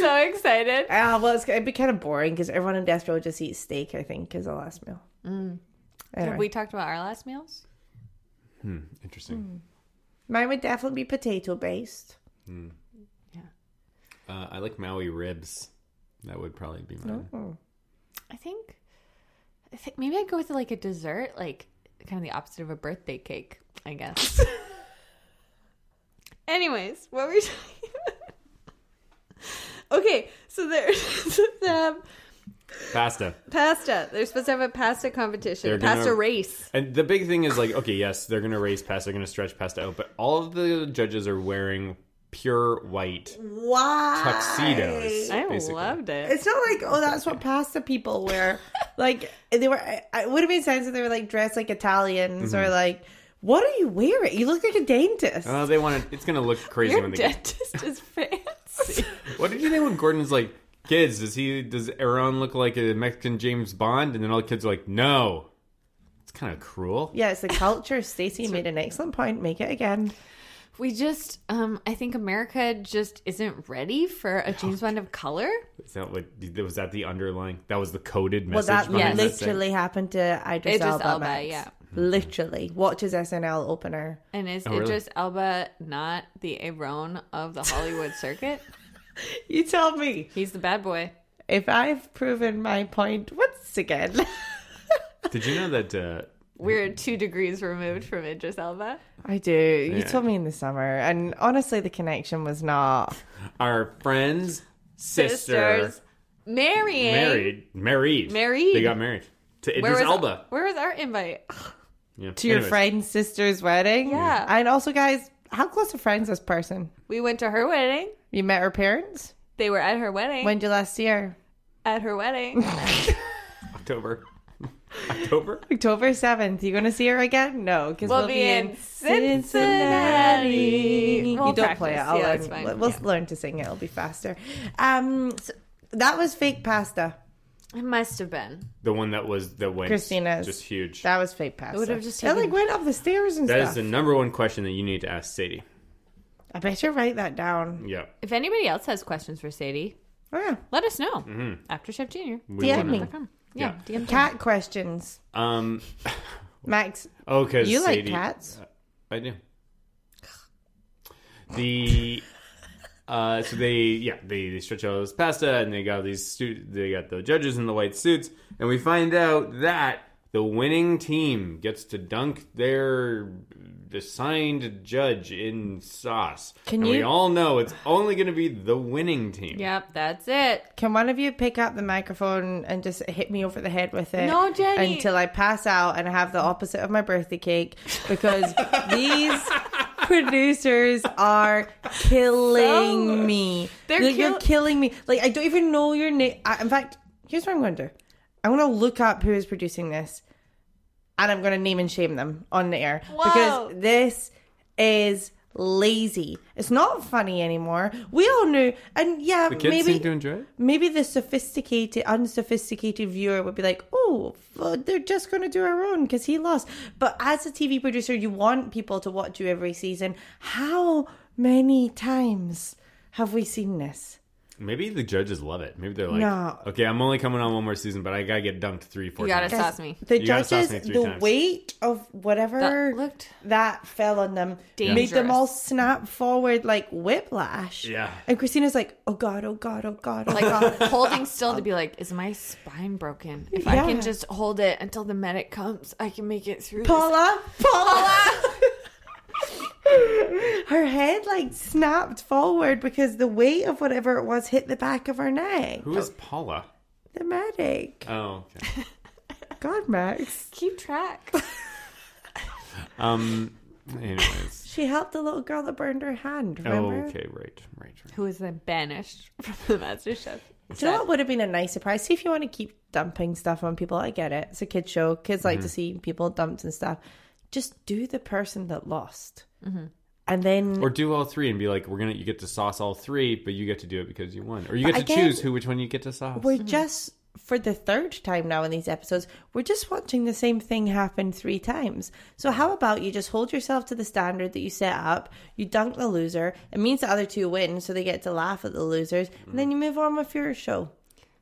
so excited. Ah, well, it's, it'd be kind of boring because everyone in death row just eats steak. I think is the last meal. Anyway. Mm. We talked about our last meals. Interesting. Mine would definitely be potato based. Hmm. Uh, I like Maui ribs. That would probably be Oh. mine. Mm. I think, I think maybe I'd go with like a dessert, like kind of the opposite of a birthday cake, I guess. Anyways, what were we talking about? Okay, so they're supposed to have Pasta. pasta. They're supposed to have a pasta competition, They're pasta gonna- race. And the big thing is like, okay, yes, they're gonna raise pasta, they're gonna stretch pasta out, but all of the judges are wearing pure white Why? tuxedos. I basically. loved it. It's not like oh, that's what pasta people wear. like they were. I- It would have made sense if they were like dressed like Italians or like. What are you wearing? You look like a dentist. Oh, they want to. It's gonna look crazy Your when they. Get, dentist is fancy. what did you think when Gordon's like, kids? Does he? Does Aaron look like a Mexican James Bond? And then all the kids are like, no. It's kind of cruel. yeah, it's the culture. Stacey made an excellent point. Make it again. we just, um, I think America just isn't ready for a James Bond of color. Is that like? Was that the underlying? That was the coded Well, message. that behind that saying? literally happened to Idris, Idris Elba. Elba, Max. yeah. Literally. Watch his SNL opener. And is Oh, really? Idris Elba not the Aaron of the Hollywood circuit? You tell me. He's the bad boy. If I've proven my point once again. Did you know that? Uh, We're two degrees removed from Idris Elba. I do. You Yeah. told me in the summer. And honestly, the connection was not. our friend's sister Sisters marrying. married, married, Married. They got married to Where Idris was Elba. Where was our invite? Yeah. To your Anyways, friend's sister's wedding. Yeah. And also, guys, how close are friends this person? We went to her wedding. You met her parents? They were at her wedding. When'd you last see her? at her wedding. October. October. October 7th. You going to see her again? No, because We'll we'll, be in Cincinnati. You We'll don't play it. practice. I'll Yeah, learn. it's fine. We'll Yeah. learn to sing it. It'll be faster. Um, so that was fake pasta. it must have been. The one that was that went Christina's. just huge. That was fake pasta. would've just it like taken- went up the stairs and that stuff. is the number one question that you need to ask Sadie. I better write that down. Yeah. If anybody else has questions for Sadie, Oh, yeah. let us know. Mm-hmm. After Chef Junior. We DM wanna- me. Yeah. DM Cat questions. Um. Max, Oh, because you like Sadie, uh, cats? I do. The uh, so they yeah they, they stretch out this pasta and they got these stu- they got the judges in the white suits and we find out that the winning team gets to dunk their assigned judge in sauce. Can and we you- all know it's only going to be the winning team. Yep, that's it. Can one of you pick up the microphone and just hit me over the head with it? No, Jenny. Until I pass out and I have the opposite of my birthday cake because these producers are killing me. They're Like, you're kill- killing me. Like I don't even know your name. I, in fact, here's what I'm going to do. I'm going to look up who is producing this, and I'm going to name and shame them on the air Whoa. because this is lazy. It's not funny anymore. We all knew, and yeah, The kids maybe seem to enjoy it. maybe the sophisticated, unsophisticated viewer would be like, "Oh, well, they're just going to do our own because he lost." But as a TV producer, you want people to watch you every season. How many times have we seen this? Maybe the judges love it. Maybe they're like, No. okay, I'm only coming on one more season, but I gotta get dunked three, four You gotta times. sauce me. The You gotta judges, sauce me three the times. weight of whatever That looked- that fell on them made them Dangerous. all snap forward like whiplash. Yeah. And Christina's like, "Oh God, oh God, oh God, oh Like God." holding still to be like, is my spine broken? If I Yeah. can just hold it until the medic comes, I can make it through. this." Paula, Paula. her head like snapped forward because the weight of whatever it was hit the back of her neck. Who is Paula? The medic. Oh, okay. God, Max. Keep track. Um. Anyways. She helped the little girl that burned her hand. Remember? okay. Right. Right. right. Who was then banished from the Master Chef? Do you know what would have been a nice surprise? See if you want to keep dumping stuff on people. I get it. It's a kid show. Kids like to see people dumped and stuff. Just do the person that lost, and then Or do all three and be like, we're gonna. You get to sauce all three, but you get to do it because you won, or you get to But again, choose who which one you get to sauce. We're just for the third time now in these episodes, we're just watching the same thing happen three times. So how about you just hold yourself to the standard that you set up, you dunk the loser, it means the other two win, so they get to laugh at the losers, and then you move on with your show.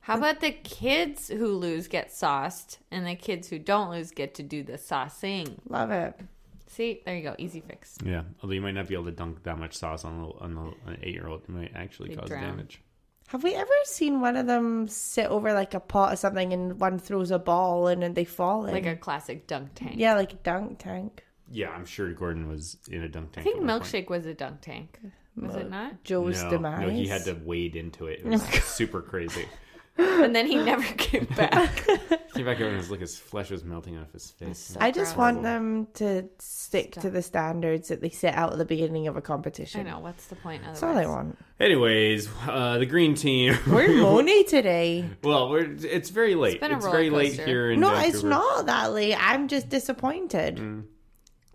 How about the kids who lose get sauced, and the kids who don't lose get to do the saucing? Love it. See, there you go, easy fix. Yeah. Although you might not be able to dunk that much sauce on the on the an eight year old. It might actually They cause drown. damage. Have we ever seen one of them sit over like a pot or something and one throws a ball in and they fall in? Like a classic dunk tank. yeah, like a dunk tank. Yeah, I'm sure Gordon was in a dunk I tank. think at one point. milkshake was a dunk tank. Was it not? Joe's no, demise. no, he had to wade into it. It was super crazy. And then he never came back. Came back over and his like his flesh was melting off his face. I just want them to stick to the standards that they set out at the beginning of a competition. I know. What's the point? That's all I want. Anyways, uh, the green team. We're moany today. well, we're, it's very late. It's, been a roller very late coaster. here in No, Vancouver. Mm. it's not that late. I'm just disappointed.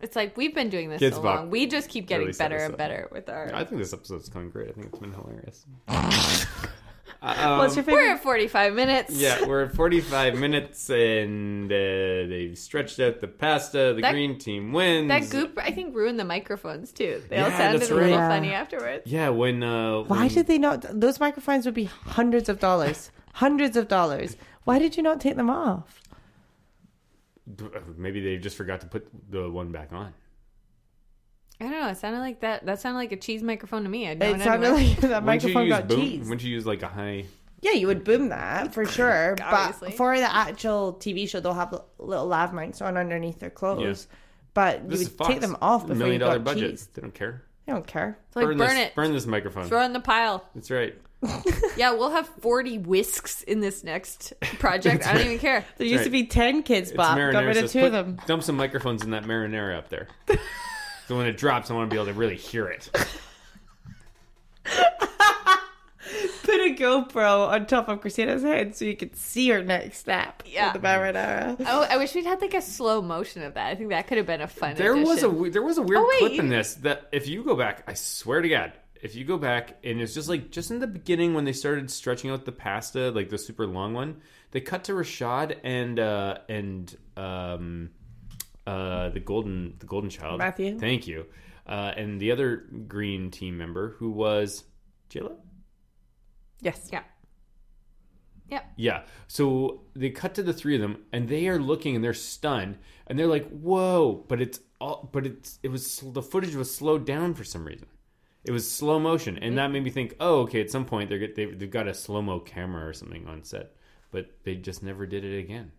It's like we've been doing this Kids so Bop long. We just keep getting really set better us and up. better with our. I think this episode's coming great. I think it's been hilarious. Uh, um, What's your We're favorite? at 45 minutes. Yeah, we're at 45 minutes and uh, they've stretched out the pasta. The That- green team wins. That goop, I think, ruined the microphones too. They all Yeah, sounded that's a little right. funny Yeah. afterwards. Yeah, when uh Why when- did they not? Those microphones would be hundreds of dollars. hundreds of dollars. Why did you not take them off? uh, maybe they just forgot to put the one back on. I don't know. It sounded like that. That sounded like a cheese microphone to me. I It sounded like that Wouldn't you microphone use got boom- cheesed. Wouldn't you use like a high Yeah, you would boom that for sure. but Obviously. for the actual TV show, they'll have little lav mics on underneath their clothes. But you This is would take Fox. them off before million you dollar got budget. cheesed. They don't care. They don't care. like burn, this, it, Burn this microphone. throw it in the pile. That's right. Yeah, we'll have 40 whisks in this next project. I don't even care. There used to right. be ten kids, It's but got marinara rid of sauce. two Put- of them. Dump some microphones in that marinara up there. so when it drops, I want to be able to really hear it. Put a GoPro on top of Christina's head so you could see her next step. Yeah. with the marinara. Oh, I wish we'd had like a slow motion of that. I think that could have been a fun. There was a addition. we- there was a weird Oh, wait, clip in you- this that if you go back, I swear to God, if you go back and it's just like just in the beginning when they started stretching out the pasta, like the super long one, they cut to Rashad and uh and um uh the golden the golden child Matthew. Thank you, uh, and the other green team member who was Jayla. Yes. yeah. Yeah. So they cut to the three of them, and they are looking, and they're stunned, and they're like, "Whoa!" But it's all, but it's it was the footage was slowed down for some reason. It was slow motion, and that made me think, "Oh, okay." At some point, they're get- they've, they've got a slow mo camera or something on set, but they just never did it again.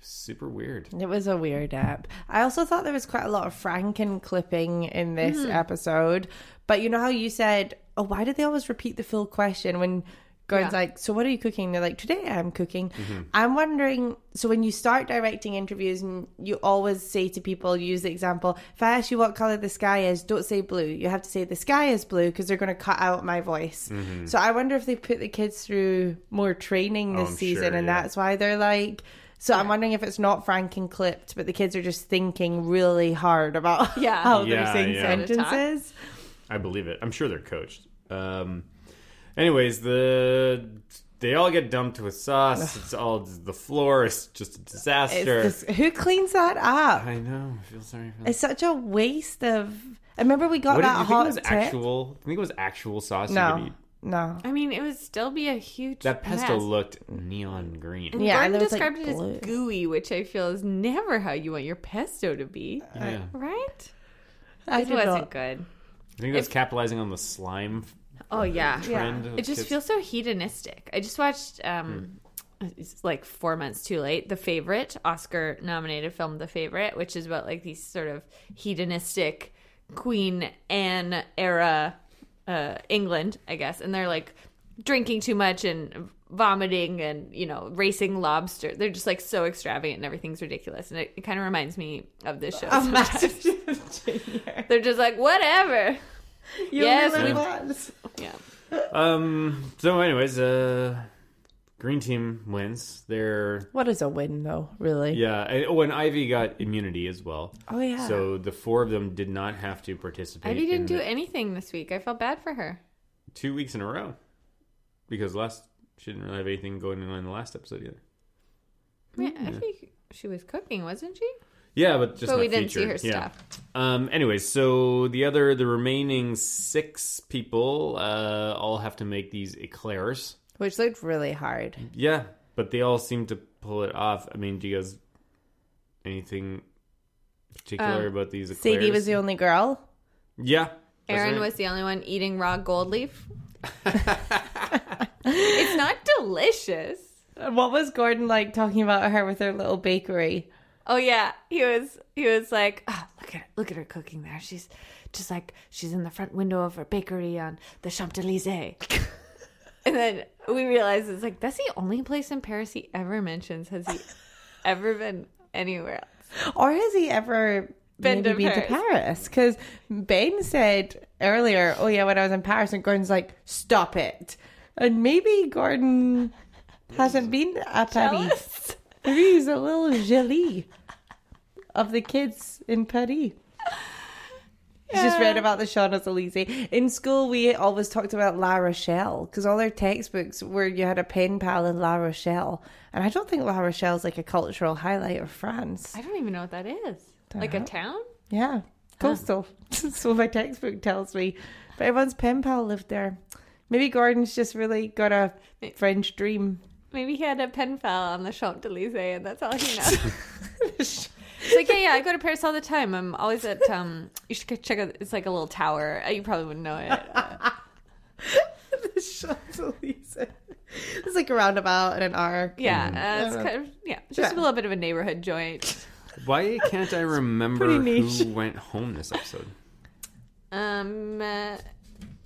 Super weird. It was a weird app. I also thought there was quite a lot of Franken clipping in this episode. But you know how you said, oh, why do they always repeat the full question when Gordon's Yeah. like, so what are you cooking? They're like, today I'm cooking. Mm-hmm. I'm wondering, so when you start directing interviews and you always say to people, use the example, if I ask you what color the sky is, don't say blue. You have to say the sky is blue because they're going to cut out my voice. Mm-hmm. So I wonder if they put the kids through more training this Oh, I'm season sure, and yeah. that's that's why they're like. So I'm wondering if it's not Franken clipped, but the kids are just thinking really hard about Yeah. how Yeah, they're saying yeah. sentences. I believe it. I'm sure they're coached. Um, anyways, the they all get dumped with sauce. It's all the floor is just a It's disaster. just- who cleans that up? I know. I feel sorry for them. It's such a waste of. I remember we got What did that you hot think it was tip. actual? I think it was actual sauce you could no, eat. no. I mean, it would still be a huge. That pesto mess. looked neon green. Yeah, Gordon and there was, like, described blue. it as gooey, which I feel is never how you want your pesto to be, Yeah. right? I It did wasn't not. good. I think that's capitalizing on the slime Oh yeah, trend. of It just kids- Hmm. feels so hedonistic. I just watched, um, it's like four months too late, The Favorite, Oscar nominated film, The Favorite, which is about like these sort of hedonistic Queen Anne era uh, England, I guess. And they're like drinking too much and vomiting and, you know, racing lobster. They're just like so extravagant and everything's ridiculous. And it, it kind of reminds me of this show. sometimes. They're just like, whatever. Yes, we- Really was. Yeah. Um. So, anyways, uh, green team wins. They're What is a win though? Really? yeah. and- Oh, and Ivy got immunity as well. Oh yeah. So the four of them did not have to participate. Ivy in didn't do the- anything this week. I felt bad for her. two weeks in a row because last she didn't really have anything going on in the last episode either. Yeah, I think she was cooking, wasn't she? Yeah, but just Hmm. But not we didn't see featured. her yeah. Um. Anyways, so the other, the remaining six people, uh, all have to make these eclairs. Which looked really hard. Yeah, but they all seem to pull it off. I mean, do you guys anything particular about these eclairs? Sadie was the only girl. yeah. that's Aaron right. was the only one eating raw gold leaf. it's not delicious. What was Gordon like talking about her with her little bakery? Oh yeah, he was. He was like, oh, look at look at her cooking there. She's just like she's in the front window of her bakery on the Champs Elysees. and then we realize it's like that's the only place in Paris he ever mentions. Has he ever been anywhere else? Or has he ever Been been to maybe been to Paris? Paris? Because Ben said earlier, "Oh yeah, when I was in Paris," and Gordon's like, "Stop it!" And maybe Gordon hasn't been a Paris. Maybe he's a little jelly of the kids in Paris. He's Just read about the Champs Elysees. In school, we always talked about La Rochelle because all our textbooks were you had a pen pal in La Rochelle, and I don't think La Rochelle is like a cultural highlight of France. I don't even know what that is. Like a town? Yeah, coastal. so my textbook tells me. But everyone's pen pal lived there. Maybe Gordon's just really got a French dream. Maybe he had a pen pal on the Champs Elysees, and that's all he knows. It's like, yeah, yeah, I go to Paris all the time. I'm always at, um, you should go check out, it's like a little tower. Uh, You probably wouldn't know it. the Champs Elysees. It's like a roundabout and an hour. Yeah, uh, it's kind of, yeah, it's just a Yeah. little bit of a neighborhood joint. Why can't I remember pretty niche. who went home this episode? Um,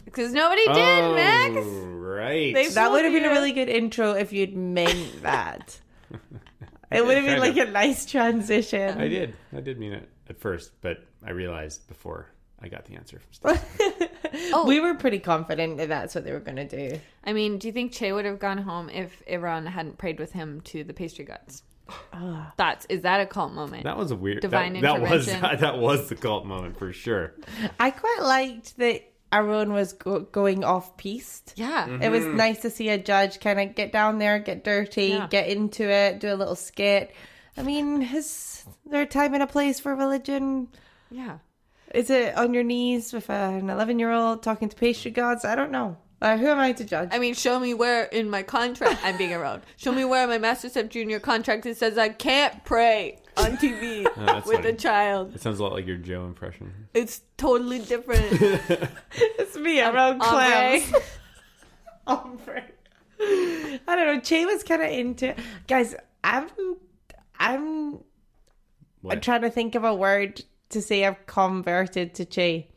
because nobody did, oh, Max. right. They- That would have been a Yeah. really good intro if you'd meant that. it would have been like a nice transition. I did. I did mean it at first, but I realized before I got the answer from Steph. Oh. We were pretty confident that that's what they were going to do. I mean, do you think Che would have gone home if Iran hadn't prayed with him to the pastry gods? That's is that a cult moment? That was a weird. Divine that, that was intervention. that was the cult moment for sure. I quite liked that Aaron was go- going off piste. yeah, It was nice to see a judge kind of get down there, get dirty, Yeah. get into it, do a little skit. I mean, is there a time and a place for religion? yeah. Is it on your knees with an 11 year old talking to pastry gods? I don't know. Uh, who am I to judge? I mean, show me where in my contract I'm being Iran. Show me where in my Master Step Junior contract it says I can't pray on TV that's with funny. a child. It sounds a lot like your Joe impression. It's totally different. It's me, Aaron Clams. Ombre. Ombre. I don't know. Che was kind of into Guys, I'm. I'm What? I'm trying to think of a word to say I've converted to Che.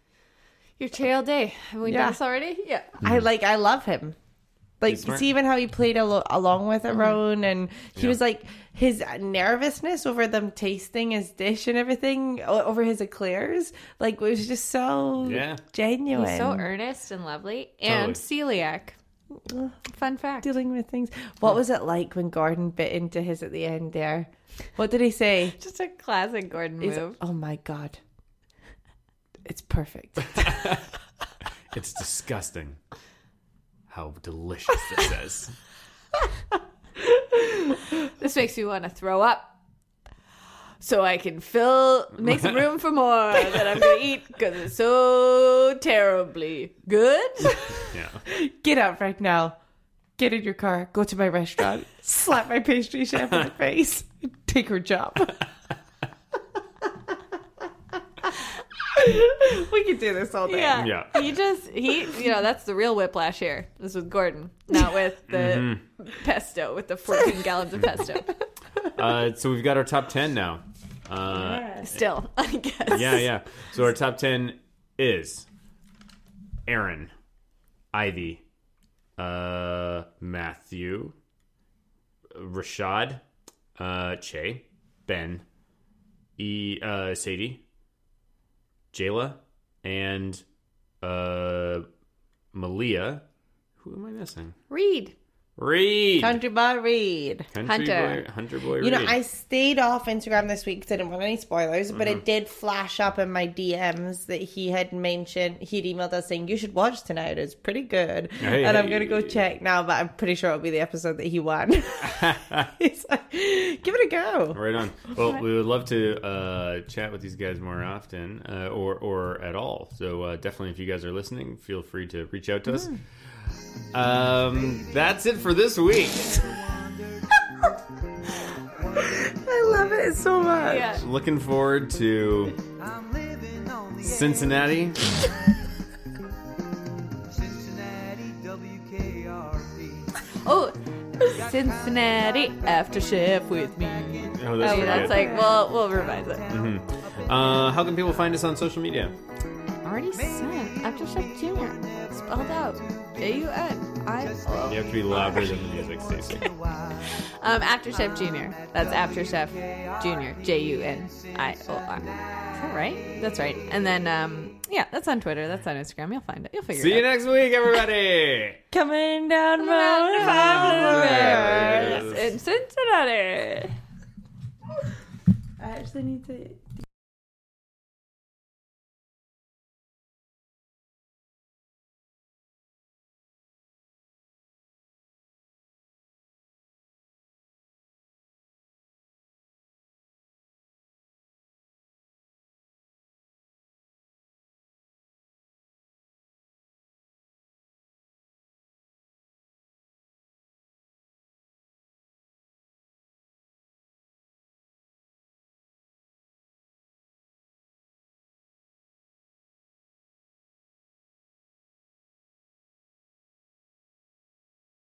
Your Che all day. Have we Yeah. done this already? Yeah. I like I love him. Mm-hmm. Like He's smart. Mm-hmm. see even how he played alo- along with Aaron and he Yeah. was like his nervousness over them tasting his dish and everything o- over his eclairs like was just so Yeah. genuine. He's so earnest and lovely and celiac. Fun fact. dealing with things. What was it like when Gordon bit into his at the end there? What did he say? Just a classic Gordon He's- move. oh my god. It's perfect. It's disgusting. How delicious this is. This makes me want to throw up. So I can fill, make some room for more that I'm gonna eat because it's so terribly good. Yeah. Get out right now. Get in your car. Go to my restaurant. slap my pastry chef in the face. Take her job. we could do this all day. Yeah, Yeah. He just he, you know, that's the real whiplash here. This with Gordon, not with the Mm-hmm. pesto, with the 14 gallons of pesto. Uh, so we've got our top ten now. Uh, Still, I guess. yeah, yeah. So our top ten is Aaron, Ivy, uh, Matthew, Rashad, uh, Che, Ben, E, uh, Sadie, Jayla, and uh, Malia. Who am I missing? Read. Reed, Country Bar Read. Country Hunter. boy, Hunter boy. You know, Reed. I stayed off Instagram this week 'cause I didn't want any spoilers, but it did flash up in my DMs that he had mentioned, he'd emailed us saying, You should watch tonight. It's pretty good. Hey. and I'm going to go check now, but I'm pretty sure it'll be the episode that he won. He's like, Give it a go. Right on. Well, we would love to uh, chat with these guys more often, uh, or or at all. So uh, definitely, if you guys are listening, feel free to reach out to us. Um, that's it for this week. I love it so much. Yeah. Looking forward to I'm living on the Cincinnati. Oh, edge. Cincinnati WKRP. Oh, Cincinnati after shift with me. Oh, Oh, pretty that's good. like, well, we'll revise it. Uh, how can people find us on social media? Already sent. After Chef Junior. Spelled out. J U N I O. You have to be louder than the music, Stacey. Um, After Chef Junior. That's After Chef Junior. J U N I O R. Is that right? That's right. And then, um, yeah, that's on Twitter. That's on Instagram. You'll find it. You'll figure See you it out. next week, everybody. Coming down down Mount Everywhere. Yes, in Cincinnati. I actually need to.